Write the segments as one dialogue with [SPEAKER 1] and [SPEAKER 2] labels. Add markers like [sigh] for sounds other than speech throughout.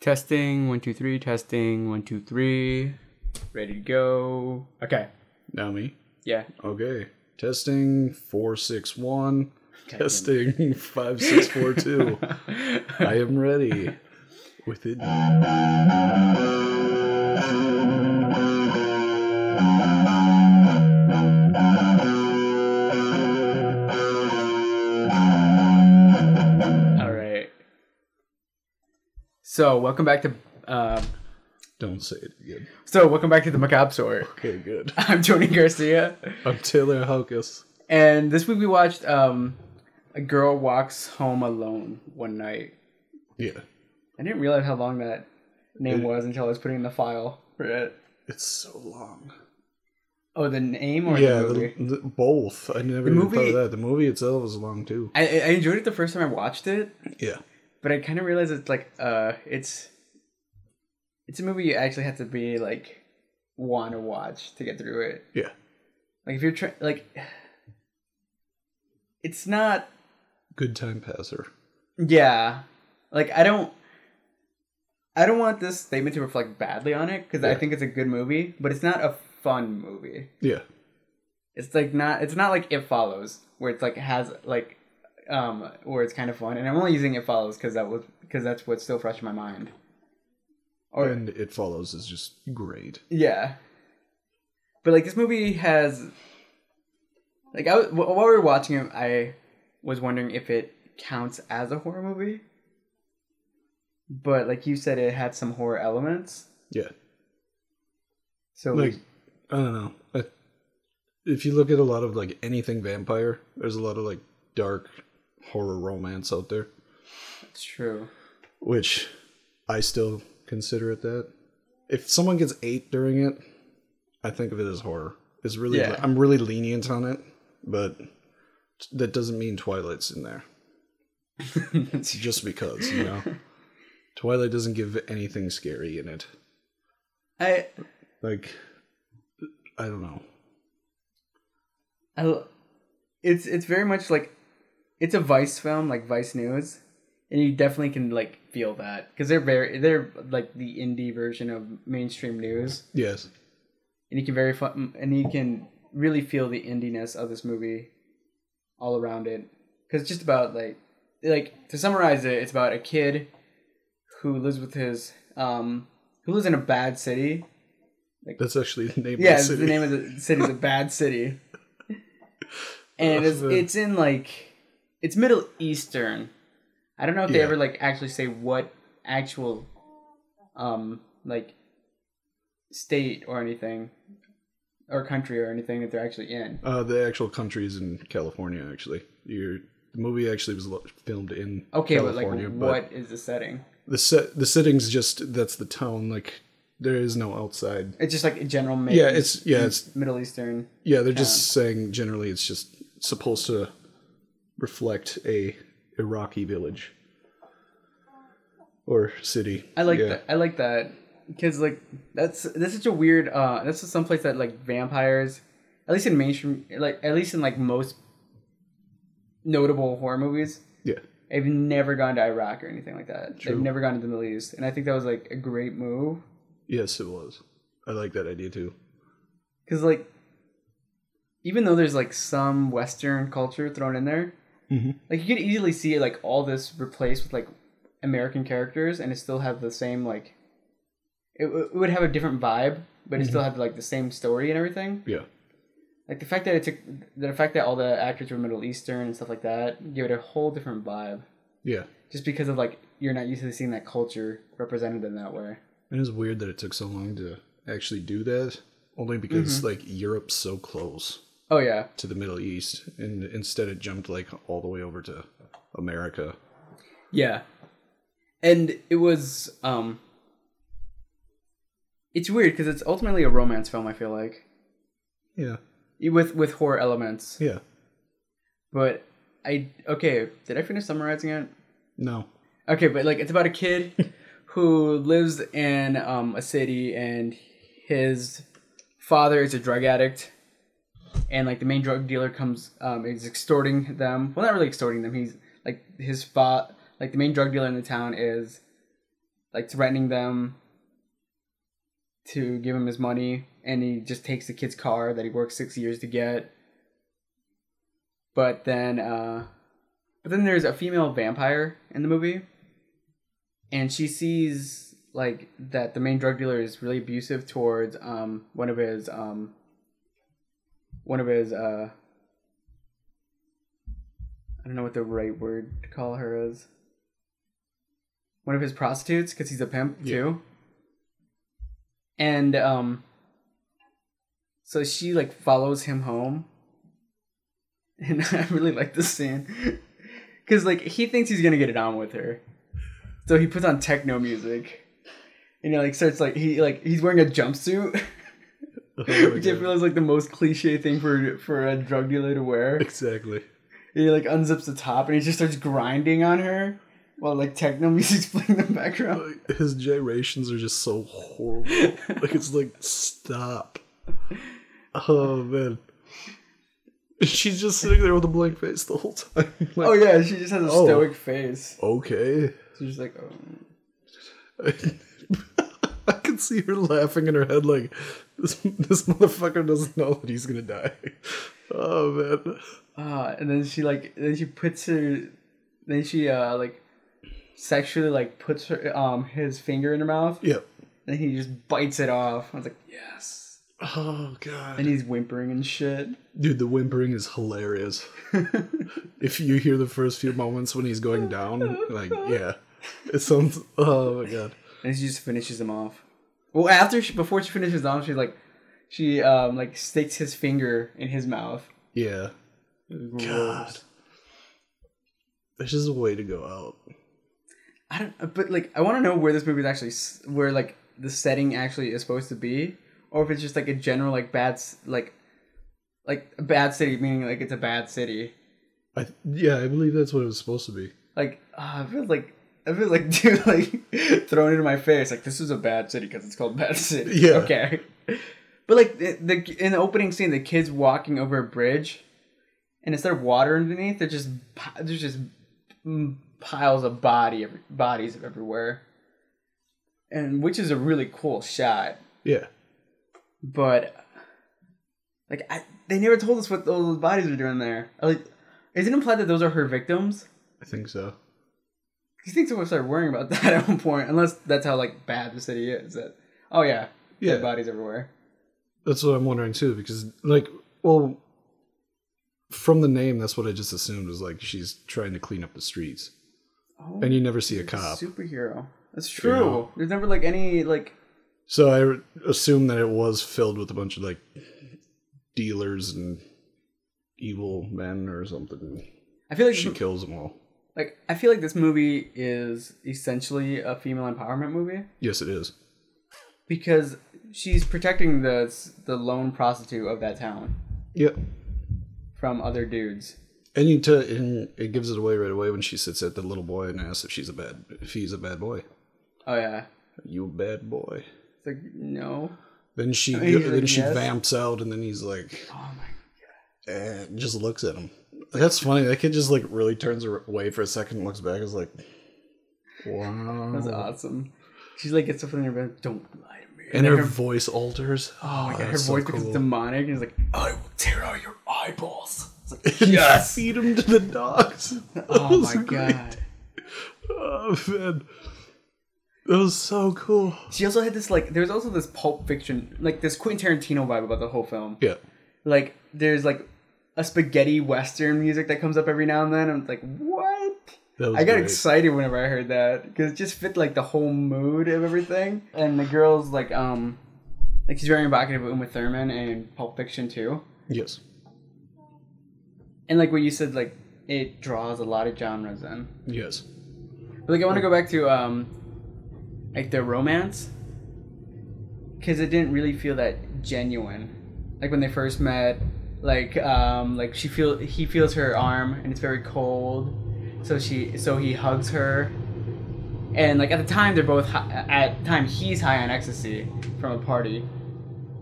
[SPEAKER 1] Testing one two three. Testing one two three. Ready to go. Okay.
[SPEAKER 2] Now me.
[SPEAKER 1] Yeah.
[SPEAKER 2] Okay. Testing four six one. Testing five six
[SPEAKER 1] [laughs]
[SPEAKER 2] four two. I am ready. With it.
[SPEAKER 1] All right. So welcome back to. Uh,
[SPEAKER 2] Don't say it again.
[SPEAKER 1] so welcome back to the Macabre Sword.
[SPEAKER 2] Okay, good.
[SPEAKER 1] [laughs] I'm Tony Garcia,
[SPEAKER 2] I'm Taylor Hocus.
[SPEAKER 1] and this week we watched um, "A Girl Walks Home Alone" one night.
[SPEAKER 2] Yeah.
[SPEAKER 1] I didn't realize how long that name was until I was putting in the file. for it.
[SPEAKER 2] It's so long.
[SPEAKER 1] Oh, the name or
[SPEAKER 2] yeah,
[SPEAKER 1] the movie?
[SPEAKER 2] the, the, both. I never even thought
[SPEAKER 1] movie-
[SPEAKER 2] of that. The movie itself is long too.
[SPEAKER 1] I, I enjoyed it the first time I watched it,
[SPEAKER 2] Yeah.
[SPEAKER 1] but I kind of realized it's like uh, it's it's a movie you actually have to be like want to watch to get through it.
[SPEAKER 2] Yeah.
[SPEAKER 1] Like if you're trying, like it's not.
[SPEAKER 2] Good time passer.
[SPEAKER 1] Yeah, like I don't. I don't want this statement to reflect badly on it because I
[SPEAKER 2] Yeah.
[SPEAKER 1] think it's a good movie, but it's not a fun movie.
[SPEAKER 2] Yeah.
[SPEAKER 1] It's like not. It's not like It Follows, where it's like has like, um, where it's kind of fun. And I'm only using It Follows because that was because that's what's still fresh in my mind. Or
[SPEAKER 2] And it follows is just great.
[SPEAKER 1] yeah, but like this movie has, like I was, wh- while we were watching it, I was wondering if it counts as a horror movie. But like you said, it had some horror elements.
[SPEAKER 2] Yeah.
[SPEAKER 1] So
[SPEAKER 2] like I don't know. I, if you look at a lot of like anything vampire, there's a lot of like dark horror romance out there,
[SPEAKER 1] it's true. [laughs]
[SPEAKER 2] which I still consider it that. If someone gets eight during it, I think of it as horror. It's really
[SPEAKER 1] Yeah.
[SPEAKER 2] I'm really lenient on it, but that doesn't mean Twilight's in there just because
[SPEAKER 1] [laughs]
[SPEAKER 2] you know. Twilight doesn't give anything scary in it.
[SPEAKER 1] I
[SPEAKER 2] Like, I don't know.
[SPEAKER 1] I, l- it's it's very much like it's a Vice film, like Vice News, and you definitely can like feel that because they're very they're like the indie version of mainstream news,
[SPEAKER 2] Yes.
[SPEAKER 1] and you can very fun and you can really feel the indiness of this movie all around it because just about like like to summarize it, it's about a kid who lives with his um who lives in a bad city.
[SPEAKER 2] That's actually the name
[SPEAKER 1] Yeah,
[SPEAKER 2] of the
[SPEAKER 1] it's
[SPEAKER 2] city.
[SPEAKER 1] the name of the city's a bad
[SPEAKER 2] [laughs]
[SPEAKER 1] city. And it's,
[SPEAKER 2] Uh,
[SPEAKER 1] it's in like it's Middle Eastern. I don't know if they
[SPEAKER 2] Yeah.
[SPEAKER 1] ever like actually say what actual um like state or anything or country or anything that they're actually in.
[SPEAKER 2] Uh, the actual country is in California. Actually, Your the movie actually was lo- filmed in
[SPEAKER 1] Okay,
[SPEAKER 2] California.
[SPEAKER 1] but like what is the setting?
[SPEAKER 2] the set the sitting's just that's the tone. Like there is no outside.
[SPEAKER 1] It's just like a general mix.
[SPEAKER 2] Yeah, it's yeah, it's
[SPEAKER 1] Middle Eastern.
[SPEAKER 2] yeah. They're just saying generally it's just supposed to reflect a Iraqi village or city.
[SPEAKER 1] I like
[SPEAKER 2] yeah.
[SPEAKER 1] that. I like that because like that's that's such a weird. uh That's just someplace that like vampires, at least in mainstream, like at least in like most notable horror movies,
[SPEAKER 2] Yeah,
[SPEAKER 1] they've never gone to Iraq or anything like that.
[SPEAKER 2] True.
[SPEAKER 1] They've never gone to the Middle East, and I think that was like a great move
[SPEAKER 2] yes, it was. I like that idea too.
[SPEAKER 1] because like even though there's like some Western culture thrown in there,
[SPEAKER 2] Mhm.
[SPEAKER 1] like you could easily see like all this replaced with like American characters, and it still have the same like it, w- it would have a different vibe, but it still have like the same story and everything.
[SPEAKER 2] Yeah,
[SPEAKER 1] Like the fact that it took the fact that all the actors were Middle Eastern and stuff like that gave it a whole different vibe,
[SPEAKER 2] yeah.
[SPEAKER 1] just because of like you're not used to seeing that culture represented in that way.
[SPEAKER 2] It is weird that it took so long to actually do that, only because like Europe's so close
[SPEAKER 1] Oh yeah,
[SPEAKER 2] to the Middle East, and instead it jumped like all the way over to America.
[SPEAKER 1] Yeah. And it was um It's weird cuz it's ultimately a romance film I feel like
[SPEAKER 2] Yeah,
[SPEAKER 1] with with horror elements.
[SPEAKER 2] yeah.
[SPEAKER 1] But I okay, did I finish summarizing it?
[SPEAKER 2] No, [laughs]
[SPEAKER 1] Okay, but like it's about a kid who lives in um a city and his father is a drug addict and like the main drug dealer comes um is extorting them. Well, not really extorting them. He's like his fa like the main drug dealer in the town is like threatening them to give him his money, and he just takes the kid's car that he worked six years to get. But then, uh, but then there's a female vampire in the movie, and she sees like that the main drug dealer is really abusive towards um one of his um one of his uh I don't know what the right word to call her is. One of his prostitutes, because he's a pimp
[SPEAKER 2] Yeah.
[SPEAKER 1] too. And um, so she like follows him home, [laughs] and I really like this scene, because like he thinks he's gonna get it on with her, so he puts on techno music, and he like starts like he like he's wearing a jumpsuit,
[SPEAKER 2] Oh
[SPEAKER 1] [laughs]
[SPEAKER 2] my
[SPEAKER 1] which I
[SPEAKER 2] God.
[SPEAKER 1] feel is like the most cliche thing for for a drug dealer to wear.
[SPEAKER 2] [laughs] exactly.
[SPEAKER 1] And he like unzips the top and he just starts grinding on her while like techno [laughs] music's playing in the background.
[SPEAKER 2] Like, his gyrations are just so [laughs] horrible. like it's like [laughs] stop. Oh man. She's just sitting there with a blank face the whole time. [laughs] Like,
[SPEAKER 1] Oh yeah, she just has a
[SPEAKER 2] Oh.
[SPEAKER 1] stoic face.
[SPEAKER 2] okay.
[SPEAKER 1] She's just like, oh.
[SPEAKER 2] [laughs] I can see her laughing in her head like this this motherfucker doesn't know that he's gonna die. Oh man.
[SPEAKER 1] ah, and then she like, then she puts her, then she uh like, sexually like puts her um his finger in her mouth
[SPEAKER 2] Yep.
[SPEAKER 1] and he just bites it off. I was like, yes.
[SPEAKER 2] Oh god.
[SPEAKER 1] And he's whimpering and shit.
[SPEAKER 2] Dude, the whimpering is [laughs] hilarious. if you hear the first few moments when he's going down, [laughs] like yeah. It sounds oh my god.
[SPEAKER 1] And she just finishes him off. Well, after she, before she finishes off, she's like, she um like sticks his finger in his mouth.
[SPEAKER 2] Yeah. God. This is a way to go out.
[SPEAKER 1] I don't, but like, I want to know where this movie is actually, s- where like the setting actually is supposed to be, or if it's just like a general like bad, s- like, like a bad city, meaning like it's a bad city.
[SPEAKER 2] I yeah, I believe that's what it was supposed to be.
[SPEAKER 1] Like, ah, I feel like I feel like [laughs] dude, like thrown into my face, like this is a bad city because it's called bad city.
[SPEAKER 2] Yeah.
[SPEAKER 1] Okay. But like the, the in the opening scene, the kids walking over a bridge, and instead of water underneath, there's just pi- there's just mm, piles of body every, bodies everywhere, and which is a really cool shot.
[SPEAKER 2] Yeah.
[SPEAKER 1] But like I, they never told us what all those bodies were doing there. Like, is it implied that those are her victims?
[SPEAKER 2] I think so.
[SPEAKER 1] You think someone started worrying about [laughs] that at one point, unless that's how like bad the city is. That oh yeah,
[SPEAKER 2] Yeah.
[SPEAKER 1] dead bodies everywhere.
[SPEAKER 2] That's what I'm wondering too, because like well from the name that's what I just assumed was like she's trying to clean up the streets.
[SPEAKER 1] Oh,
[SPEAKER 2] And you never see a cop.
[SPEAKER 1] superhero. That's true. There's never like any like
[SPEAKER 2] So I assume that it was filled with a bunch of like dealers and evil men or something.
[SPEAKER 1] I feel like
[SPEAKER 2] She kills them all.
[SPEAKER 1] like I feel like this movie is essentially a female empowerment movie
[SPEAKER 2] Yes, it is.
[SPEAKER 1] because she's protecting the the lone prostitute of that town
[SPEAKER 2] Yep.
[SPEAKER 1] from other dudes.
[SPEAKER 2] And you t- and it gives it away right away when she sits at the little boy and asks if she's a bad if he's a bad boy.
[SPEAKER 1] Oh yeah,
[SPEAKER 2] You a bad boy.
[SPEAKER 1] it's like no.
[SPEAKER 2] Then she
[SPEAKER 1] mean, he's
[SPEAKER 2] then
[SPEAKER 1] like,
[SPEAKER 2] she
[SPEAKER 1] "Yes."
[SPEAKER 2] vamps out and then he's like
[SPEAKER 1] Oh my.
[SPEAKER 2] eh, and just looks at him. That's funny. That kid just like really turns away for a second and looks back and is like Wow.
[SPEAKER 1] That's awesome. She's like, gets something in her bed. Don't lie to me.
[SPEAKER 2] And her, voice alters.
[SPEAKER 1] Oh my god, her
[SPEAKER 2] that's
[SPEAKER 1] voice
[SPEAKER 2] so
[SPEAKER 1] becomes
[SPEAKER 2] [laughs] cool.
[SPEAKER 1] demonic, and it's like, "I will tear out your eyeballs." It's like,
[SPEAKER 2] yes. Feed him to the dogs. [laughs] That
[SPEAKER 1] [laughs] oh
[SPEAKER 2] was
[SPEAKER 1] my
[SPEAKER 2] great.
[SPEAKER 1] god.
[SPEAKER 2] Oh man. That was so cool.
[SPEAKER 1] She also had this like, there's also this Pulp Fiction, like this Quentin Tarantino vibe about the whole film.
[SPEAKER 2] Yeah.
[SPEAKER 1] Like, there's like a spaghetti western music that comes up every now and then. I'm like, what?
[SPEAKER 2] That was
[SPEAKER 1] I got
[SPEAKER 2] great.
[SPEAKER 1] excited whenever I heard that because it just fit like the whole mood of everything. And the girls like, um, like she's very evocative of Uma Thurman and Pulp Fiction too.
[SPEAKER 2] Yes.
[SPEAKER 1] And like what you said, like it draws a lot of genres in.
[SPEAKER 2] Yes.
[SPEAKER 1] But, like I want to go back to um, like the romance, because it didn't really feel that genuine. Like when they first met, like um, like she feel he feels her arm and it's very cold, so she so he hugs her, and like at the time they're both hi- at the time he's high on ecstasy from a party,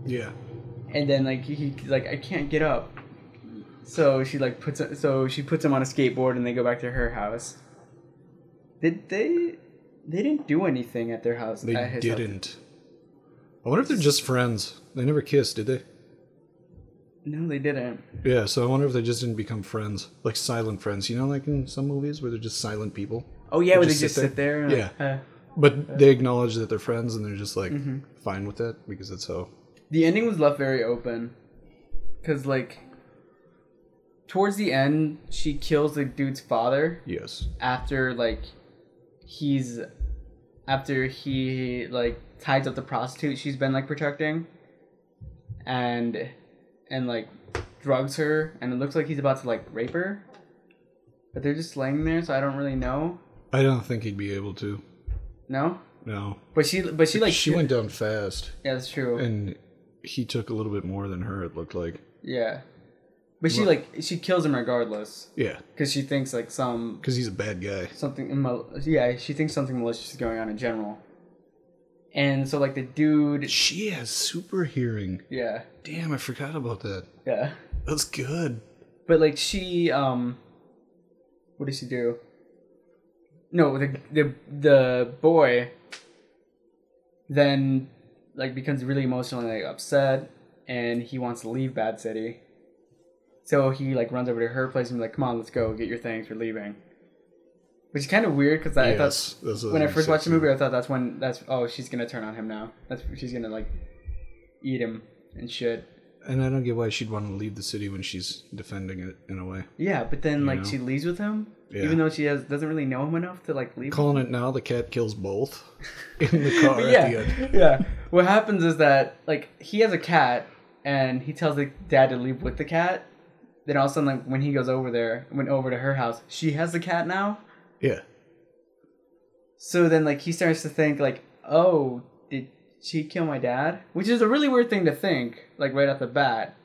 [SPEAKER 2] Yeah.
[SPEAKER 1] and then like he he's like I can't get up, so she like puts so she puts him on a skateboard and they go back to her house. Did they? They didn't do anything at their house.
[SPEAKER 2] They
[SPEAKER 1] at his house.
[SPEAKER 2] didn't. I wonder if they're just friends. They never kissed, did they?
[SPEAKER 1] No, they didn't.
[SPEAKER 2] Yeah, so I wonder if they just didn't become friends, like silent friends. You know, like in some movies where they're just silent people,
[SPEAKER 1] Oh yeah, where they
[SPEAKER 2] just
[SPEAKER 1] just
[SPEAKER 2] sit
[SPEAKER 1] sit there. and,
[SPEAKER 2] Yeah.
[SPEAKER 1] uh,
[SPEAKER 2] but they acknowledge that they're friends and they're just like
[SPEAKER 1] Mm-hmm.
[SPEAKER 2] fine with that because that's how.
[SPEAKER 1] the ending was left very open because like towards the end she kills the dude's father
[SPEAKER 2] Yes.
[SPEAKER 1] after like he's after he like ties up the prostitute she's been like protecting and and like drugs her and it looks like he's about to like rape her but they're just laying there so i don't really know
[SPEAKER 2] I don't think he'd be able to.
[SPEAKER 1] no
[SPEAKER 2] No.
[SPEAKER 1] but she but she like
[SPEAKER 2] She went down fast,
[SPEAKER 1] yeah that's true
[SPEAKER 2] and he took a little bit more than her. It looked like.
[SPEAKER 1] yeah but she like she kills him regardless
[SPEAKER 2] Yeah,
[SPEAKER 1] because she thinks like some
[SPEAKER 2] because he's a bad guy.
[SPEAKER 1] something immo- yeah she thinks something malicious is going on in general and so like the dude
[SPEAKER 2] She has super hearing.
[SPEAKER 1] yeah
[SPEAKER 2] Damn, I forgot about that.
[SPEAKER 1] yeah
[SPEAKER 2] That's good.
[SPEAKER 1] but like she um what does she do no the the the boy then like becomes really emotionally like upset and he wants to leave bad city so he like runs over to her place and be like come on let's go get your things we're leaving which is kind of weird because i thought
[SPEAKER 2] Yes, that's what
[SPEAKER 1] when I
[SPEAKER 2] I'm
[SPEAKER 1] first watched the
[SPEAKER 2] saying.
[SPEAKER 1] movie, I thought that's when that's oh she's gonna turn on him now. That's she's gonna like eat him and shit.
[SPEAKER 2] and I don't get why she'd want to leave the city when she's defending it in a way.
[SPEAKER 1] Yeah, but then like
[SPEAKER 2] know?
[SPEAKER 1] she leaves with him,
[SPEAKER 2] Yeah.
[SPEAKER 1] even though she has doesn't really know him enough to like leave.
[SPEAKER 2] Calling it now, the cat
[SPEAKER 1] [laughs]
[SPEAKER 2] kills both in the car
[SPEAKER 1] But
[SPEAKER 2] at the
[SPEAKER 1] [laughs]
[SPEAKER 2] end.
[SPEAKER 1] yeah, yeah. What happens is that like he has a cat and he tells the dad to leave with the cat. Then all of a sudden, like when he goes over there, went over to her house, she has the cat now.
[SPEAKER 2] Yeah,
[SPEAKER 1] So then like he starts to think like, oh, did she kill my dad? Which is a really weird thing to think, like right off the bat,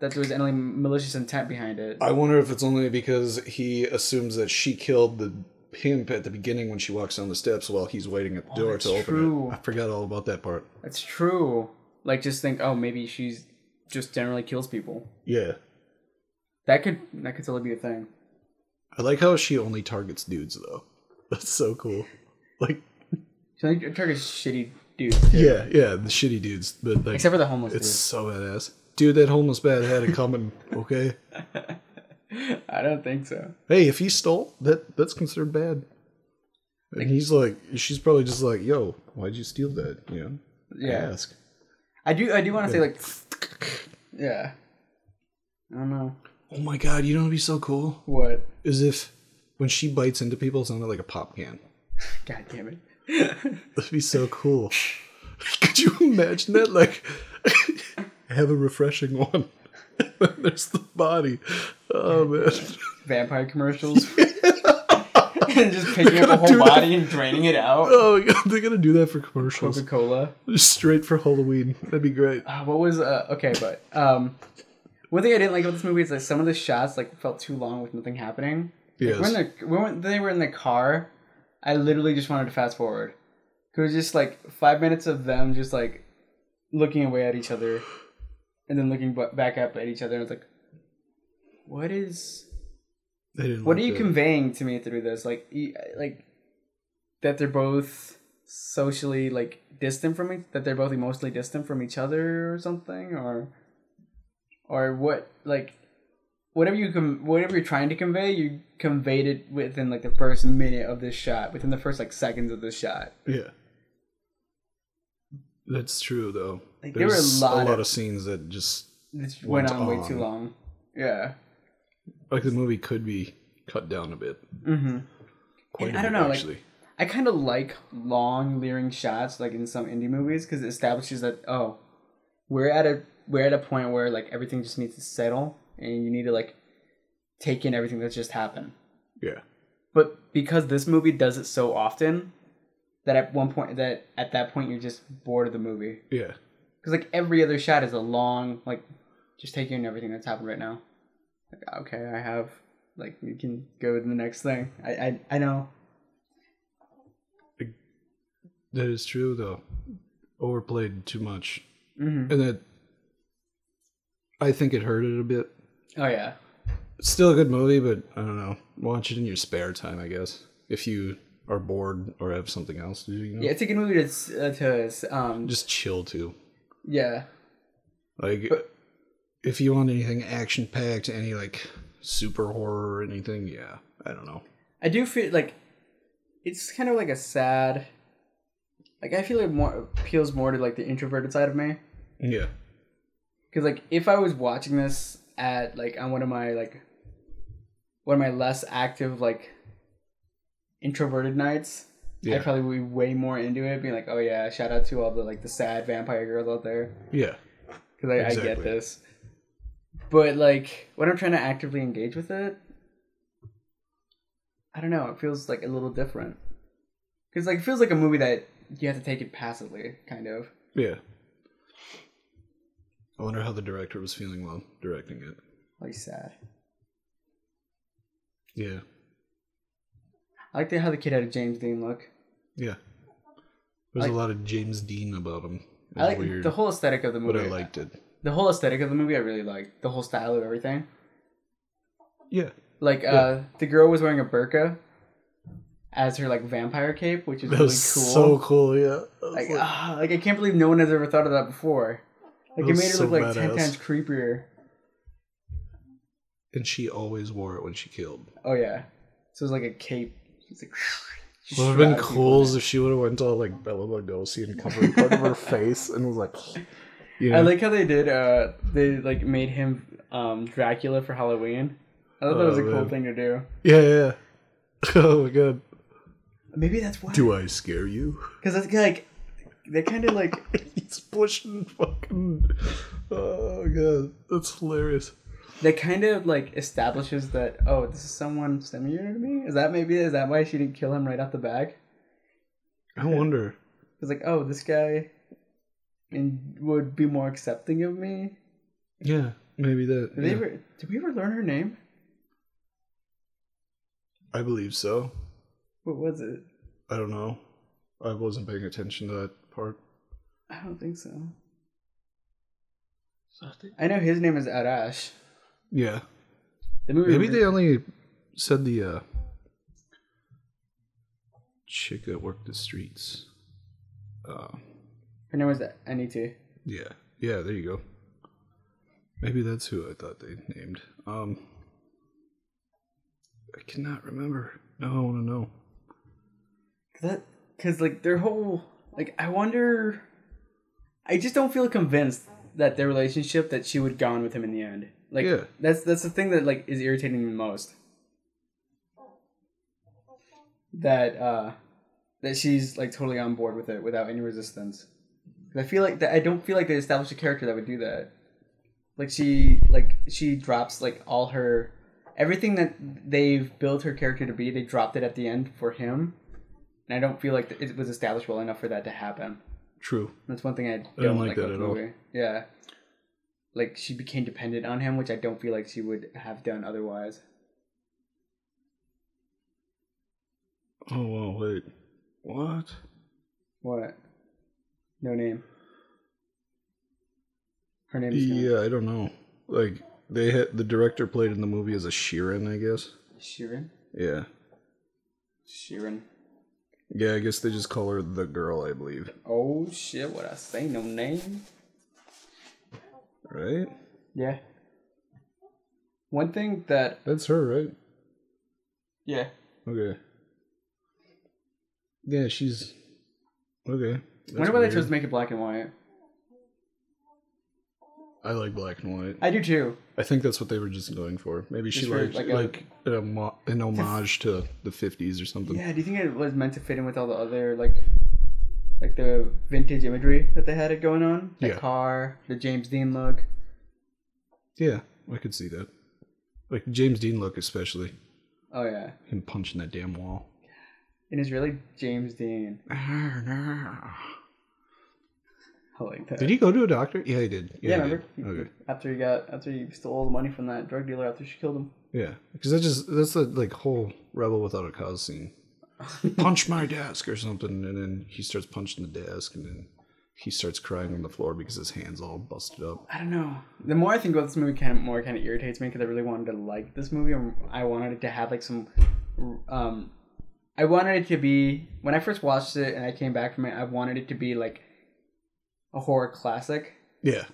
[SPEAKER 1] that there was any malicious intent behind it.
[SPEAKER 2] I wonder if it's only because he assumes that she killed the pimp at the beginning when she walks down the steps while he's waiting at the door
[SPEAKER 1] that's
[SPEAKER 2] to open
[SPEAKER 1] true.
[SPEAKER 2] it. I forgot all about that part.
[SPEAKER 1] That's true. Like just think, oh, maybe she's just generally kills people.
[SPEAKER 2] Yeah,
[SPEAKER 1] That could that could totally be a thing.
[SPEAKER 2] I like how she only targets dudes though. [laughs] That's so cool. Like,
[SPEAKER 1] She like targets shitty dudes,
[SPEAKER 2] yeah, yeah, the shitty dudes, but like,
[SPEAKER 1] except for the homeless
[SPEAKER 2] it's so badass. Dude, that homeless man had it coming. [laughs] Okay,
[SPEAKER 1] dude. I don't think so.
[SPEAKER 2] hey, if he stole, that that's considered bad. And he's like, she's probably just like, yo, why'd you steal that? You know,
[SPEAKER 1] Yeah,
[SPEAKER 2] ask. [laughs]
[SPEAKER 1] I do. I do want to say like, yeah. I don't know
[SPEAKER 2] Oh my god, you know what'd be so cool?
[SPEAKER 1] what.
[SPEAKER 2] Is if when she bites into people, it sounded like a pop can.
[SPEAKER 1] God damn it.
[SPEAKER 2] That'd be so cool. [laughs] Could you imagine that? Like, [laughs] have a refreshing one. [laughs] There's the body. Oh man,
[SPEAKER 1] vampire commercials and just picking up a whole
[SPEAKER 2] do that.
[SPEAKER 1] body and draining it out.
[SPEAKER 2] oh my god, they're gonna do that for commercials,
[SPEAKER 1] Coca Cola.
[SPEAKER 2] straight for Halloween. That'd be great.
[SPEAKER 1] Uh, what was uh, okay, but um, one thing I didn't like about this movie is that some of the shots like felt too long with nothing happening.
[SPEAKER 2] Yes.
[SPEAKER 1] When the when they were in the car, I literally just wanted to fast forward. 'Cause It was just like five minutes of them just like looking away at each other, and then looking bu- back up at each other. And I was like, "What is
[SPEAKER 2] They didn't
[SPEAKER 1] What are
[SPEAKER 2] like
[SPEAKER 1] you
[SPEAKER 2] that.
[SPEAKER 1] conveying to me through this? Like, you- like that they're both socially like distant from each, that they're both emotionally distant from each other, or something, or, or what? Like, whatever you com- whatever you're trying to convey, you conveyed it within like the first minute of this shot, within the first like seconds of this shot.
[SPEAKER 2] Yeah. That's true though.
[SPEAKER 1] Like, there were a
[SPEAKER 2] There's
[SPEAKER 1] lot of-
[SPEAKER 2] scenes that just
[SPEAKER 1] This went
[SPEAKER 2] Went
[SPEAKER 1] on, way too
[SPEAKER 2] on.
[SPEAKER 1] long. Yeah.
[SPEAKER 2] like the movie could be cut down a bit.
[SPEAKER 1] Mm-hmm.
[SPEAKER 2] Quite
[SPEAKER 1] And
[SPEAKER 2] a
[SPEAKER 1] I
[SPEAKER 2] bit,
[SPEAKER 1] don't know, like-
[SPEAKER 2] actually.
[SPEAKER 1] I kind of like long leering shots, like in some indie movies, because it establishes that oh, we're at a we're at a point where like everything just needs to settle, and you need to like take in everything that's just happened.
[SPEAKER 2] yeah.
[SPEAKER 1] But because this movie does it so often, that at one point that at that point you're just bored of the movie,
[SPEAKER 2] Yeah.
[SPEAKER 1] because like every other shot is a long like just taking in everything that's happened right now. Like okay, I have like you can go to the next thing. I I, I know.
[SPEAKER 2] That is true though. Overplayed too much.
[SPEAKER 1] hmm
[SPEAKER 2] And that I think it hurt it a bit.
[SPEAKER 1] Oh yeah.
[SPEAKER 2] It's still a good movie, but I don't know. Watch it in your spare time, I guess. If you are bored or have something else to do, you know?
[SPEAKER 1] Yeah, it's a good movie to s- uh, to s- um
[SPEAKER 2] Just chill too.
[SPEAKER 1] yeah.
[SPEAKER 2] Like,
[SPEAKER 1] But-
[SPEAKER 2] if you want anything action packed, any like super horror or anything, yeah, I don't know.
[SPEAKER 1] I do feel like it's kind of like a sad. Like I feel it more appeals more to like the introverted side of me
[SPEAKER 2] Yeah,
[SPEAKER 1] because like if I was watching this at like on one of my like one of my less active like introverted nights,
[SPEAKER 2] yeah,
[SPEAKER 1] I'd probably be way more into it, being like, oh yeah, shout out to all the like the sad vampire girls out there.
[SPEAKER 2] yeah,
[SPEAKER 1] because I, I get
[SPEAKER 2] Exactly.
[SPEAKER 1] this. But like when I'm trying to actively engage with it, I don't know. It feels like a little different because like it feels like a movie that you have to take it passively, kind of.
[SPEAKER 2] yeah. I wonder how the director was feeling while directing it.
[SPEAKER 1] Like sad.
[SPEAKER 2] Yeah,
[SPEAKER 1] I like the, how the kid had a James Dean look.
[SPEAKER 2] yeah. There's
[SPEAKER 1] Like-
[SPEAKER 2] a lot of James Dean about him.
[SPEAKER 1] I
[SPEAKER 2] It was
[SPEAKER 1] like
[SPEAKER 2] weird,
[SPEAKER 1] the whole aesthetic of the
[SPEAKER 2] but
[SPEAKER 1] movie.
[SPEAKER 2] I liked it.
[SPEAKER 1] the whole aesthetic of the movie. I really liked the whole style of everything.
[SPEAKER 2] Yeah,
[SPEAKER 1] Like uh, the girl was wearing a burqa as her like vampire cape, which is
[SPEAKER 2] that
[SPEAKER 1] really
[SPEAKER 2] was
[SPEAKER 1] cool.
[SPEAKER 2] so cool. Yeah, I was
[SPEAKER 1] like,
[SPEAKER 2] like,
[SPEAKER 1] ah, like I can't believe no one has ever thought of that before. Like
[SPEAKER 2] That
[SPEAKER 1] it
[SPEAKER 2] was
[SPEAKER 1] made her
[SPEAKER 2] so
[SPEAKER 1] look like ten
[SPEAKER 2] badass.
[SPEAKER 1] times creepier.
[SPEAKER 2] and she always wore it when she killed.
[SPEAKER 1] Oh yeah, so it was like a cape. It's like,
[SPEAKER 2] It would have been
[SPEAKER 1] shroud
[SPEAKER 2] cool
[SPEAKER 1] people.
[SPEAKER 2] if she would have went all like Bella Lugosi and covered
[SPEAKER 1] [laughs]
[SPEAKER 2] part of her face and was like, you know,
[SPEAKER 1] I like how they did. Uh, they like made him um Dracula for Halloween. I thought that was a
[SPEAKER 2] Oh,
[SPEAKER 1] cool
[SPEAKER 2] man.
[SPEAKER 1] thing to do.
[SPEAKER 2] yeah, yeah. [laughs] Oh my god,
[SPEAKER 1] Maybe that's why.
[SPEAKER 2] do I scare you? [laughs]
[SPEAKER 1] Because that's like they kind of like
[SPEAKER 2] He's pushing fucking. Oh god, that's hilarious.
[SPEAKER 1] that kind of like establishes that oh this is someone similar to me. Is that maybe is that why she didn't kill him right off the bag?
[SPEAKER 2] I wonder.
[SPEAKER 1] It's like, oh, this guy and would be more accepting of me.
[SPEAKER 2] Yeah, maybe that.
[SPEAKER 1] Did, they
[SPEAKER 2] yeah.
[SPEAKER 1] ever, did we ever learn her name?
[SPEAKER 2] I believe so.
[SPEAKER 1] What was it?
[SPEAKER 2] I don't know. I wasn't paying attention to that part.
[SPEAKER 1] I don't think so. I know his name is Arash.
[SPEAKER 2] Yeah,
[SPEAKER 1] The movie
[SPEAKER 2] maybe they only said the uh, chick that worked the streets. Uh,
[SPEAKER 1] her name was Anita.
[SPEAKER 2] Yeah. Yeah, there you go. Maybe that's who I thought they named. Um I cannot remember. Now I want to know.
[SPEAKER 1] That because like their whole like I wonder. I just don't feel convinced that their relationship that she would gone with him in the end. Like
[SPEAKER 2] Yeah.
[SPEAKER 1] that's that's the thing that like is irritating me most. That uh that she's like totally on board with it without any resistance. 'Cause I feel like that I don't feel like they established a character that would do that. Like she like she drops like all her everything that they've built her character to be, they dropped it at the end for him. And I don't feel like it was established well enough for that to happen.
[SPEAKER 2] True.
[SPEAKER 1] That's one thing I don't, like, that at
[SPEAKER 2] all.
[SPEAKER 1] movie. Yeah. Like she became dependent on him, which I don't feel like she would have done otherwise.
[SPEAKER 2] Oh, wow, wait. What?
[SPEAKER 1] What? No name. Her name is yeah.
[SPEAKER 2] Yeah, I don't know. Like they had the director played in the movie as a Sheeran, I guess.
[SPEAKER 1] Sheeran.
[SPEAKER 2] Yeah.
[SPEAKER 1] Sheeran.
[SPEAKER 2] Yeah, I guess they just call her the girl, I believe.
[SPEAKER 1] Oh shit! What I say? No name.
[SPEAKER 2] Right?
[SPEAKER 1] Yeah. One thing that
[SPEAKER 2] That's her, right?
[SPEAKER 1] yeah
[SPEAKER 2] Okay. Yeah, she's Okay. That's
[SPEAKER 1] wonder why they
[SPEAKER 2] weird.
[SPEAKER 1] chose to make it black and white.
[SPEAKER 2] I like black and white.
[SPEAKER 1] I do too.
[SPEAKER 2] I think that's what they were just going for. Maybe she
[SPEAKER 1] Just for,
[SPEAKER 2] liked
[SPEAKER 1] like,
[SPEAKER 2] like,
[SPEAKER 1] a-
[SPEAKER 2] an, homo- an homage to the fifties or something.
[SPEAKER 1] Yeah. Do you think it was meant to fit in with all the other like, like the vintage imagery that they had it going on? The
[SPEAKER 2] Yeah.
[SPEAKER 1] car, the James Dean look.
[SPEAKER 2] Yeah, I could see that. Like James Dean look, especially
[SPEAKER 1] Oh yeah.
[SPEAKER 2] him punching that damn wall.
[SPEAKER 1] And it's really James Dean. I like that.
[SPEAKER 2] Did he go to a doctor? Yeah, he did.
[SPEAKER 1] Yeah,
[SPEAKER 2] he
[SPEAKER 1] remember?
[SPEAKER 2] did. Okay.
[SPEAKER 1] After he got, after he stole all the money from that drug dealer after she killed him.
[SPEAKER 2] Yeah, because that just that's the like whole Rebel Without a Cause
[SPEAKER 1] [laughs]
[SPEAKER 2] scene. Punch my desk or something, and then he starts punching the desk, and then he starts crying on the floor because his hands all busted up.
[SPEAKER 1] I don't know. The more I think about this movie, kind of more kind of irritates me because I really wanted to like this movie. and I wanted it to have like some um, I wanted it to be when I first watched it and I came back from it. I wanted it to be like a horror classic,
[SPEAKER 2] Yeah.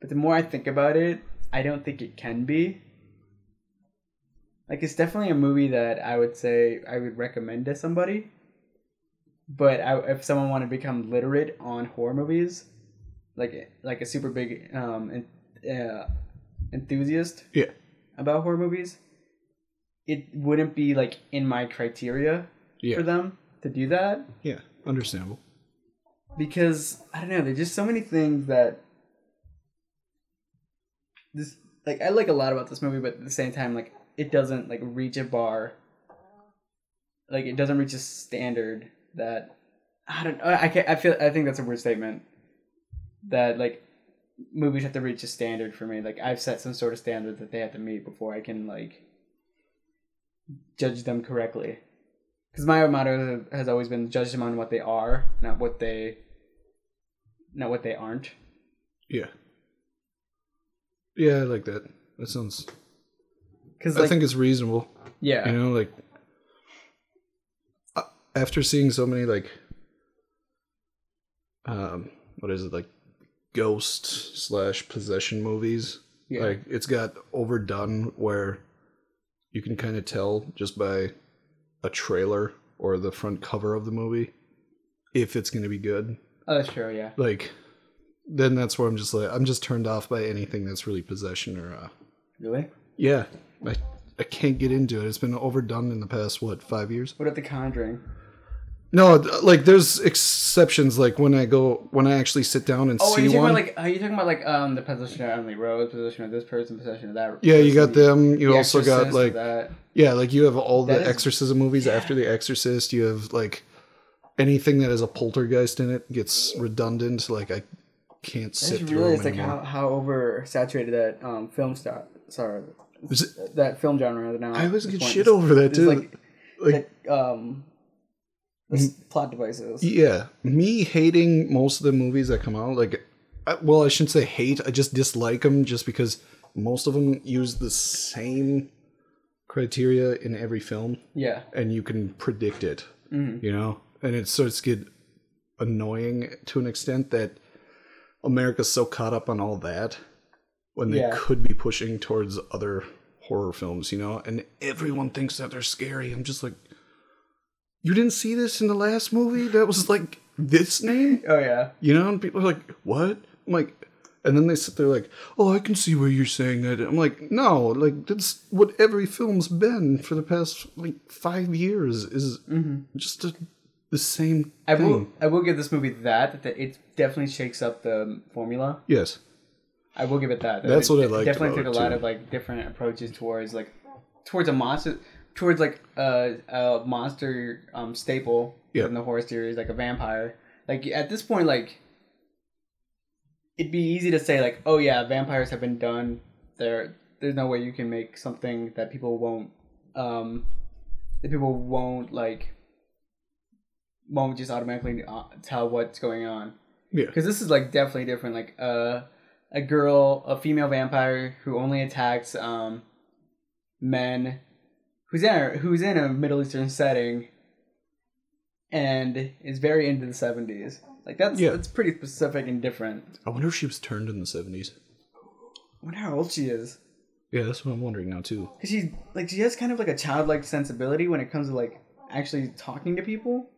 [SPEAKER 1] but the more I think about it, I don't think it can be. Like it's definitely a movie that I would say I would recommend to somebody. But I, if someone wanted to become literate on horror movies, like like a super big um en- uh, enthusiast
[SPEAKER 2] Yeah.
[SPEAKER 1] about horror movies, it wouldn't be like in my criteria
[SPEAKER 2] Yeah.
[SPEAKER 1] for them to do that
[SPEAKER 2] Yeah. Understandable.
[SPEAKER 1] because I don't know. There's just so many things that this like I like a lot about this movie, but at the same time, like it doesn't like reach a bar. Like it doesn't reach a standard that I don't. I can I feel. I think that's a weird statement. That like movies have to reach a standard for me. Like I've set some sort of standard that they have to meet before I can like judge them correctly because my motto has always been judge them on what they are, not what they, not what they aren't.
[SPEAKER 2] Yeah. Yeah, I like that. That sounds.
[SPEAKER 1] Because
[SPEAKER 2] I
[SPEAKER 1] like,
[SPEAKER 2] think it's reasonable.
[SPEAKER 1] yeah,
[SPEAKER 2] You know, like a- after seeing so many like, um, what is it like, ghost slash possession movies?
[SPEAKER 1] yeah,
[SPEAKER 2] Like it's got overdone where you can kind of tell just by a trailer or the front cover of the movie if it's going to be good.
[SPEAKER 1] oh, that's true. Yeah,
[SPEAKER 2] Like then that's where I'm just like I'm just turned off by anything that's really possession or uh
[SPEAKER 1] really.
[SPEAKER 2] yeah, I I can't get into it. It's been overdone in the past what, 5 years?
[SPEAKER 1] What about The Conjuring?
[SPEAKER 2] No, th- like there's exceptions like when I go when I actually sit down and
[SPEAKER 1] Oh, are
[SPEAKER 2] see
[SPEAKER 1] you talking
[SPEAKER 2] one.
[SPEAKER 1] about like? Are you talking about like um the possession of Emily Rose, possession of this person, possession of that?
[SPEAKER 2] yeah, you
[SPEAKER 1] person,
[SPEAKER 2] got them. You
[SPEAKER 1] The
[SPEAKER 2] also got
[SPEAKER 1] Exorcist,
[SPEAKER 2] like
[SPEAKER 1] that.
[SPEAKER 2] Yeah, like you have all the
[SPEAKER 1] That is-
[SPEAKER 2] exorcism movies after the exorcist. You have like anything that has a poltergeist in it gets redundant. Like I can't
[SPEAKER 1] I
[SPEAKER 2] sit
[SPEAKER 1] just
[SPEAKER 2] through them
[SPEAKER 1] realized like
[SPEAKER 2] anymore.
[SPEAKER 1] how how oversaturated that um film star sorry
[SPEAKER 2] Was it-
[SPEAKER 1] that film genre is now.
[SPEAKER 2] I always
[SPEAKER 1] at
[SPEAKER 2] get
[SPEAKER 1] this point.
[SPEAKER 2] shit over that
[SPEAKER 1] It's
[SPEAKER 2] too.
[SPEAKER 1] like,
[SPEAKER 2] like-
[SPEAKER 1] like Mm-hmm. um it's plot devices.
[SPEAKER 2] yeah, me hating most of the movies that come out. Like, I, well, I shouldn't say hate. I just dislike them just because most of them use the same criteria in every film.
[SPEAKER 1] yeah.
[SPEAKER 2] and you can predict it. You know, and it starts to get annoying to an extent that America's so caught up on all that when they
[SPEAKER 1] Yeah.
[SPEAKER 2] could be pushing towards other horror films. You know, and everyone thinks that they're scary. I'm just like, you didn't see this in the last movie that was like this name.
[SPEAKER 1] Oh yeah.
[SPEAKER 2] You know, and people are like, "What?" I'm like, and then they sit there like, "Oh, I can see where you're saying that." I'm like, "No, like that's what every film's been for the past like five years is just a, the same
[SPEAKER 1] I
[SPEAKER 2] thing."
[SPEAKER 1] will. I will give this movie that that it definitely shakes up the formula.
[SPEAKER 2] Yes,
[SPEAKER 1] I will give it that. that
[SPEAKER 2] That's
[SPEAKER 1] it
[SPEAKER 2] what I
[SPEAKER 1] de-
[SPEAKER 2] liked
[SPEAKER 1] Definitely
[SPEAKER 2] about
[SPEAKER 1] took a
[SPEAKER 2] it,
[SPEAKER 1] lot
[SPEAKER 2] too.
[SPEAKER 1] of like different approaches towards like towards a monster, towards like a, a monster um, staple
[SPEAKER 2] Yeah.
[SPEAKER 1] in the horror series, like a vampire. Like at this point, like it'd be easy to say like, oh yeah, vampires have been done. There, there's no way you can make something that people won't, um, that people won't like, won't just automatically uh, tell what's going on
[SPEAKER 2] yeah,
[SPEAKER 1] because this is like definitely different like uh, a girl a female vampire who only attacks um men who's in a, who's in a middle eastern setting and is very into the 70s like that's
[SPEAKER 2] Yeah.
[SPEAKER 1] that's pretty specific and different
[SPEAKER 2] I wonder if she was turned in the seventies.
[SPEAKER 1] I wonder how old she is
[SPEAKER 2] Yeah, that's what I'm wondering now too.
[SPEAKER 1] because she's like she has kind of like a childlike sensibility when it comes to like actually talking to people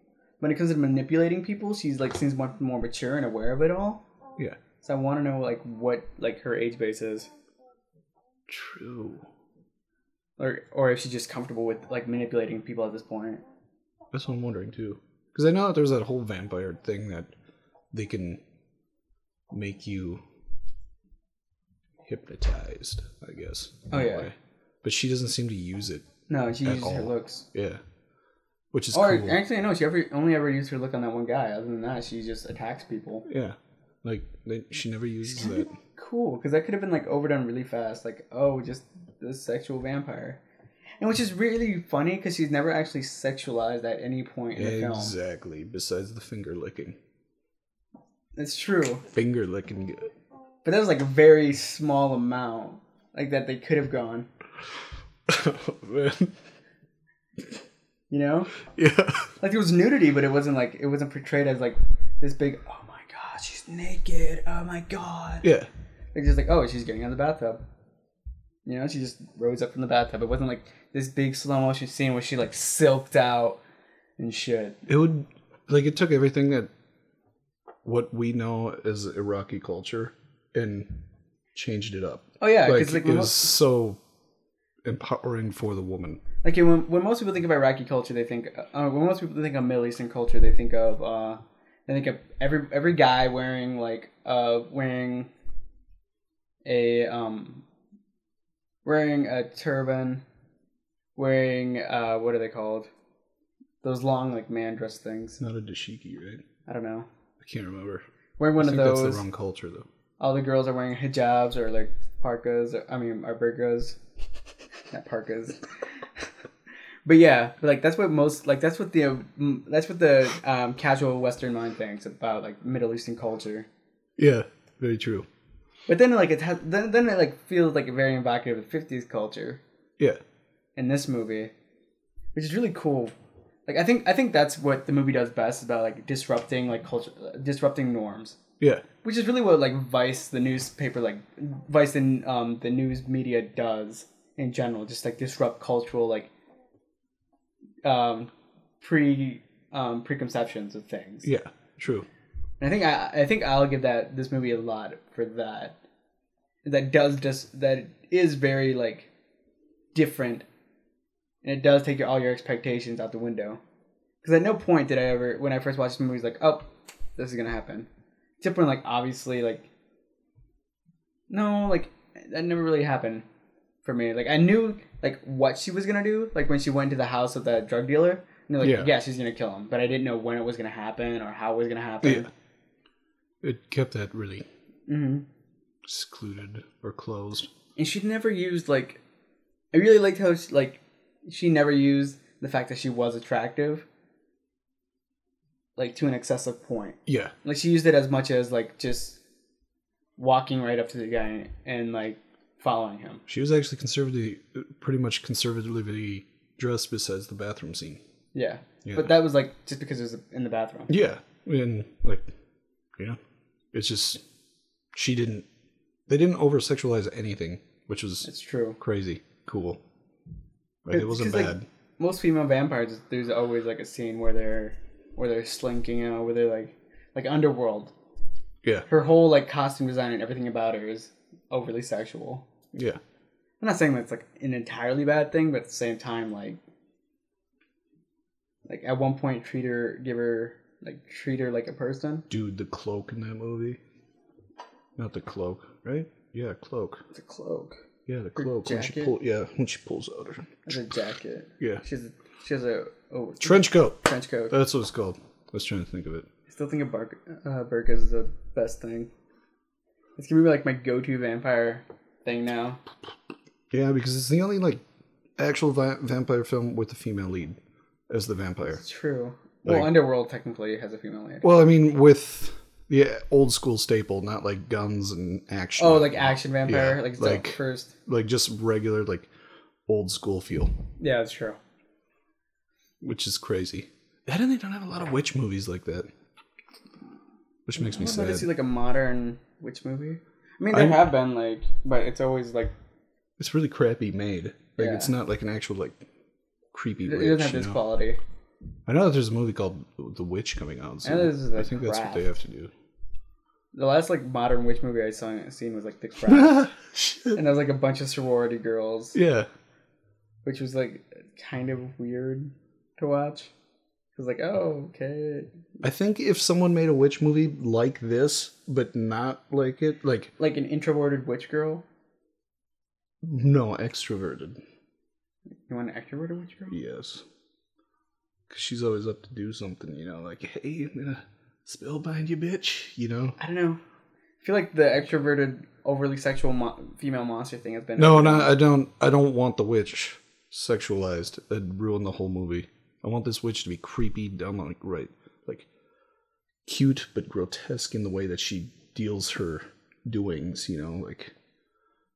[SPEAKER 1] when it comes to manipulating people she's like seems much more mature and aware of it all
[SPEAKER 2] Yeah,
[SPEAKER 1] so i want to know like what like her age base is
[SPEAKER 2] true.
[SPEAKER 1] or or if she's just comfortable with like manipulating people at this point.
[SPEAKER 2] That's what I'm wondering too. Because I know that there's that whole vampire thing that they can make you hypnotized, I guess. in
[SPEAKER 1] Oh,
[SPEAKER 2] a
[SPEAKER 1] yeah.
[SPEAKER 2] But she doesn't seem to use it.
[SPEAKER 1] No, she
[SPEAKER 2] At
[SPEAKER 1] uses her
[SPEAKER 2] all.
[SPEAKER 1] looks.
[SPEAKER 2] Yeah. Which is
[SPEAKER 1] or
[SPEAKER 2] cool.
[SPEAKER 1] actually, no, she ever only ever used her look on that one guy. Other than that, she just attacks people.
[SPEAKER 2] yeah. Like they, she
[SPEAKER 1] [laughs]
[SPEAKER 2] never uses that.
[SPEAKER 1] Cool, because that could have been like overdone really fast. Like, oh, just this sexual vampire, and which is really funny because she's never actually sexualized at any point in the film.
[SPEAKER 2] exactly. Besides the finger licking.
[SPEAKER 1] It's true,
[SPEAKER 2] Finger licking. [laughs] good.
[SPEAKER 1] but that was like a very small amount,
[SPEAKER 2] Oh,
[SPEAKER 1] like that they could have gone.
[SPEAKER 2] Man.
[SPEAKER 1] You know,
[SPEAKER 2] [laughs] Yeah.
[SPEAKER 1] like there was nudity, but it wasn't like it wasn't portrayed as like this big. Oh my god, she's naked. Oh my god.
[SPEAKER 2] Yeah.
[SPEAKER 1] Like just like oh, she's getting out of the bathtub. You know, she just rose up from the bathtub. It wasn't like this big slow motion scene where she like silked out and shit.
[SPEAKER 2] It would like it took everything that what we know as Iraqi culture and changed it up.
[SPEAKER 1] Oh yeah,
[SPEAKER 2] Like,
[SPEAKER 1] because like
[SPEAKER 2] it
[SPEAKER 1] when
[SPEAKER 2] was so empowering for the woman.
[SPEAKER 1] mo- like when, when most people think of Iraqi culture, they think uh, when most people think of Middle Eastern culture, they think of uh, they think of every every guy wearing like uh wearing a um wearing a turban, wearing uh what are they called? Those long like man dress things.
[SPEAKER 2] It's not a dashiki, right?
[SPEAKER 1] I don't know.
[SPEAKER 2] I can't remember.
[SPEAKER 1] Wearing one
[SPEAKER 2] I
[SPEAKER 1] of
[SPEAKER 2] think
[SPEAKER 1] those.
[SPEAKER 2] that's the wrong culture though.
[SPEAKER 1] all the girls are wearing hijabs or like parkas. Or, I mean, or burkas, not parkas. [laughs] but yeah, like that's what most like that's what the um, that's what the um, casual Western mind thinks about like Middle Eastern culture.
[SPEAKER 2] Yeah, very true.
[SPEAKER 1] But then like it has then then it like feels like very evocative of fifties culture
[SPEAKER 2] Yeah.
[SPEAKER 1] in this movie, which is really cool. Like I think I think that's what the movie does best about like disrupting like culture disrupting norms.
[SPEAKER 2] Yeah.
[SPEAKER 1] which is really what like Vice, the newspaper, like Vice and um, the news media does in general, just like disrupt cultural like um, pre um, preconceptions of things.
[SPEAKER 2] Yeah. True.
[SPEAKER 1] And I think I I think I'll give that this movie a lot for that. That does just that is very like different, and it does take your, all your expectations out the window. Because at no point did I ever, when I first watched the movie, was like, "Oh, this is gonna happen." Except when like obviously like, no, like that never really happened for me. Like I knew like what she was gonna do, like when she went to the house of the drug dealer. And they're like,
[SPEAKER 2] Yeah.
[SPEAKER 1] yeah. she's gonna kill him, but I didn't know when it was gonna happen or how it was gonna happen.
[SPEAKER 2] Yeah. It kept that really
[SPEAKER 1] hmm
[SPEAKER 2] secluded or closed.
[SPEAKER 1] And she never used like. I really liked how she, like she never used the fact that she was attractive, like to an excessive point.
[SPEAKER 2] Yeah.
[SPEAKER 1] Like she used it as much as like just walking right up to the guy and like following him.
[SPEAKER 2] She was actually conservatively, pretty much conservatively dressed besides the bathroom scene.
[SPEAKER 1] Yeah.
[SPEAKER 2] Yeah.
[SPEAKER 1] But that was like just because it was in the bathroom.
[SPEAKER 2] Yeah. And, like, you know, it's just, she didn't, they didn't over sexualize anything, which was
[SPEAKER 1] It's true.
[SPEAKER 2] crazy cool. Like, it
[SPEAKER 1] It's
[SPEAKER 2] wasn't
[SPEAKER 1] 'cause,
[SPEAKER 2] bad.
[SPEAKER 1] like, most female vampires, there's always like a scene where they're where they're slinking out, where they're like like underworld.
[SPEAKER 2] yeah.
[SPEAKER 1] Her whole like costume design and everything about her is overly sexual.
[SPEAKER 2] Yeah.
[SPEAKER 1] I'm not saying that's like an entirely bad thing, but at the same time, like, like at one point, treat her, give her, like, treat her like a person.
[SPEAKER 2] Dude, the cloak in that movie. Not the cloak, right? Yeah, cloak.
[SPEAKER 1] It's a cloak.
[SPEAKER 2] Yeah, the cloak. When she
[SPEAKER 1] jacket?
[SPEAKER 2] pull, yeah, when she pulls out her.
[SPEAKER 1] It's a jacket.
[SPEAKER 2] Yeah.
[SPEAKER 1] She has a, she has a oh it's a
[SPEAKER 2] Trench coat.
[SPEAKER 1] trench coat. I
[SPEAKER 2] That's what it's called. I was trying to think of it.
[SPEAKER 1] still think of Bark, uh, burkas is the best thing. It's gonna be like my go-to vampire thing now.
[SPEAKER 2] Yeah, because it's the only like actual vi- vampire film with a female lead as the vampire.
[SPEAKER 1] It's true. Well,
[SPEAKER 2] Like-
[SPEAKER 1] Underworld technically has a female lead.
[SPEAKER 2] Well, I mean, with the old school staple, not like guns and action.
[SPEAKER 1] Oh, like action vampire,
[SPEAKER 2] Yeah,
[SPEAKER 1] like it's
[SPEAKER 2] like-
[SPEAKER 1] like first.
[SPEAKER 2] like just regular like old school feel,
[SPEAKER 1] Yeah, that's true.
[SPEAKER 2] which is crazy. That and they don't have a lot of witch movies like that, which makes me
[SPEAKER 1] I'd love to
[SPEAKER 2] sad.
[SPEAKER 1] see like a modern witch movie. I mean,
[SPEAKER 2] I-
[SPEAKER 1] there have been like, but it's always like
[SPEAKER 2] It's really crappy made. Like
[SPEAKER 1] Yeah.
[SPEAKER 2] it's not like an actual like creepy
[SPEAKER 1] it
[SPEAKER 2] witch.
[SPEAKER 1] doesn't have
[SPEAKER 2] you
[SPEAKER 1] this
[SPEAKER 2] know?
[SPEAKER 1] quality.
[SPEAKER 2] I know that there's a movie called The Witch coming out.
[SPEAKER 1] I know this is,
[SPEAKER 2] I
[SPEAKER 1] like,
[SPEAKER 2] think that's what
[SPEAKER 1] crap.
[SPEAKER 2] they have to
[SPEAKER 1] [laughs]
[SPEAKER 2] do.
[SPEAKER 1] The last like modern witch movie I saw seen was like The
[SPEAKER 2] [laughs]
[SPEAKER 1] Craft, and there was like a bunch of sorority girls,
[SPEAKER 2] yeah.
[SPEAKER 1] which was like kind of weird to watch. It was like, oh, okay,
[SPEAKER 2] I think if someone made a witch movie like this, but not like it, like
[SPEAKER 1] like an introverted witch girl.
[SPEAKER 2] no extroverted,
[SPEAKER 1] You want an extroverted witch girl?
[SPEAKER 2] yes, because she's always up to do something, you know, like hey, I'm gonna spill bind you, bitch, you know.
[SPEAKER 1] I don't know. I feel like the extroverted, overly sexual mo- female monster thing has been
[SPEAKER 2] No, no, I don't. I don't want the witch sexualized. That'd ruin the whole movie. I want this witch to be creepy, done like right, like cute but grotesque in the way that she deals her doings. You know, like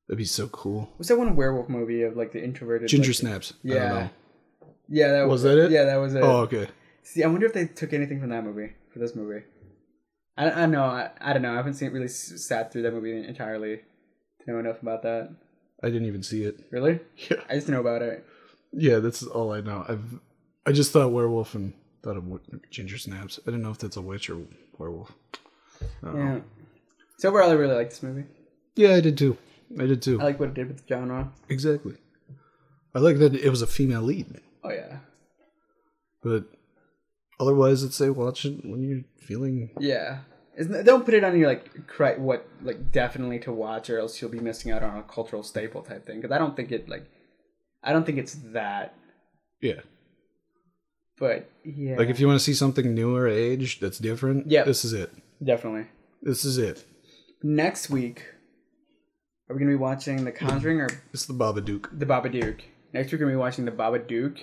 [SPEAKER 2] that'd be so cool.
[SPEAKER 1] Was that one werewolf movie of like the introverted
[SPEAKER 2] Ginger
[SPEAKER 1] like,
[SPEAKER 2] snaps. I don't
[SPEAKER 1] Yeah.
[SPEAKER 2] know.
[SPEAKER 1] Yeah, that
[SPEAKER 2] Was that it?
[SPEAKER 1] Yeah, that was it.
[SPEAKER 2] Oh, okay.
[SPEAKER 1] See, I wonder if they took anything from that movie for this movie. I don't, I don't know. I, I don't know. I haven't seen really s- sat through that movie entirely to know enough about that.
[SPEAKER 2] I didn't even see it.
[SPEAKER 1] Really,
[SPEAKER 2] [laughs] Yeah.
[SPEAKER 1] I just know about it.
[SPEAKER 2] Yeah, that's all I know. I've I just thought werewolf and thought of wi- ginger snaps. I don't know if that's a witch or werewolf. I don't
[SPEAKER 1] Yeah.
[SPEAKER 2] know.
[SPEAKER 1] So overall, I really like this movie.
[SPEAKER 2] Yeah, I did too. Uh, I did too.
[SPEAKER 1] I like what it did with the genre.
[SPEAKER 2] exactly. I like that it was a female lead,
[SPEAKER 1] Oh yeah,
[SPEAKER 2] but otherwise, I'd say watch it when you're feeling.
[SPEAKER 1] yeah. Isn't, don't put it on your like cri- what like definitely to watch, or else you'll be missing out on a cultural staple type thing. Because I don't think it like, I don't think it's that.
[SPEAKER 2] Yeah.
[SPEAKER 1] But yeah,
[SPEAKER 2] Like if you want to see something newer age that's different,
[SPEAKER 1] Yep.
[SPEAKER 2] this is it.
[SPEAKER 1] definitely.
[SPEAKER 2] This is it.
[SPEAKER 1] Next week, are we gonna be watching The Conjuring or
[SPEAKER 2] It's the Babadook.
[SPEAKER 1] The Babadook. Next week we're gonna be watching The Babadook,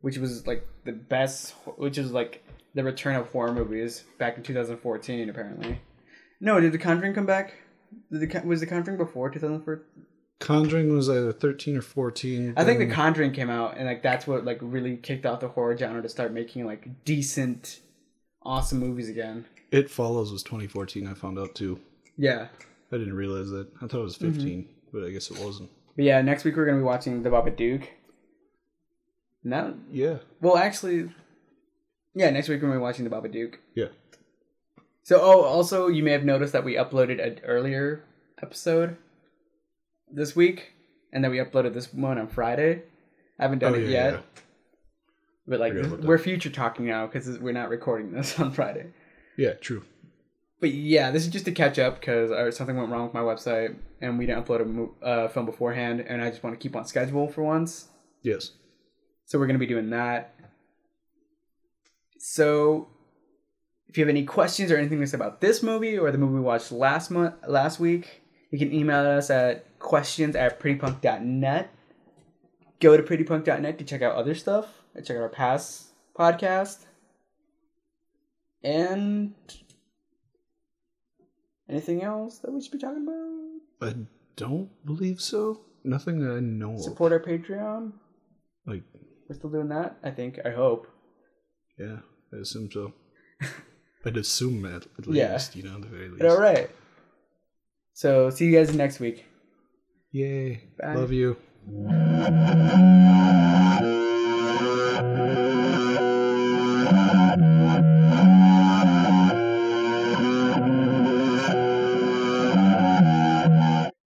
[SPEAKER 1] which was like the best, which is like the return of horror movies back in 2014 apparently. No, did The Conjuring come back? Did the, Con- was The Conjuring before 2014?
[SPEAKER 2] Conjuring was either 13 or 14.
[SPEAKER 1] I think The
[SPEAKER 2] then-
[SPEAKER 1] Conjuring came out, and like that's what like really kicked off the horror genre to start making like decent, awesome movies again.
[SPEAKER 2] It Follows was 2014. I found out too.
[SPEAKER 1] Yeah,
[SPEAKER 2] I didn't realize that. I thought it was 15, but I guess it wasn't.
[SPEAKER 1] but yeah, next week we're gonna be watching The Babadook. And that
[SPEAKER 2] Yeah.
[SPEAKER 1] Well, actually, yeah, next week when we're watching The Babadook.
[SPEAKER 2] Yeah.
[SPEAKER 1] So, oh, also, you may have noticed that we uploaded an earlier episode this week, and then we uploaded this one on Friday. I haven't done
[SPEAKER 2] Oh,
[SPEAKER 1] it
[SPEAKER 2] yeah,
[SPEAKER 1] yet,
[SPEAKER 2] yeah.
[SPEAKER 1] but like,
[SPEAKER 2] I gotta look
[SPEAKER 1] we're future talking now because we're not recording this [laughs] on Friday.
[SPEAKER 2] Yeah, true.
[SPEAKER 1] But yeah, this is just to catch up because something went wrong with my website, and we didn't upload a mo- uh, film beforehand, and I just want to keep on schedule for once.
[SPEAKER 2] Yes.
[SPEAKER 1] So we're going to be doing that. So if you have any questions or anything to say about this movie or the movie we watched last month last week, you can email us at questions at prettypunk.net. Go to prettypunk.net to check out other stuff. and Check out our past podcast. And anything else that we should be talking about?
[SPEAKER 2] I don't believe so. Nothing that I know
[SPEAKER 1] Support our Patreon.
[SPEAKER 2] of. Like,
[SPEAKER 1] We're still doing that, I think. I hope.
[SPEAKER 2] yeah, I assume so.
[SPEAKER 1] [laughs]
[SPEAKER 2] I'd assume that at least,
[SPEAKER 1] Yeah.
[SPEAKER 2] you know, at the very least.
[SPEAKER 1] All right. So see you guys next week.
[SPEAKER 2] Yay.
[SPEAKER 1] Bye.
[SPEAKER 2] Love you.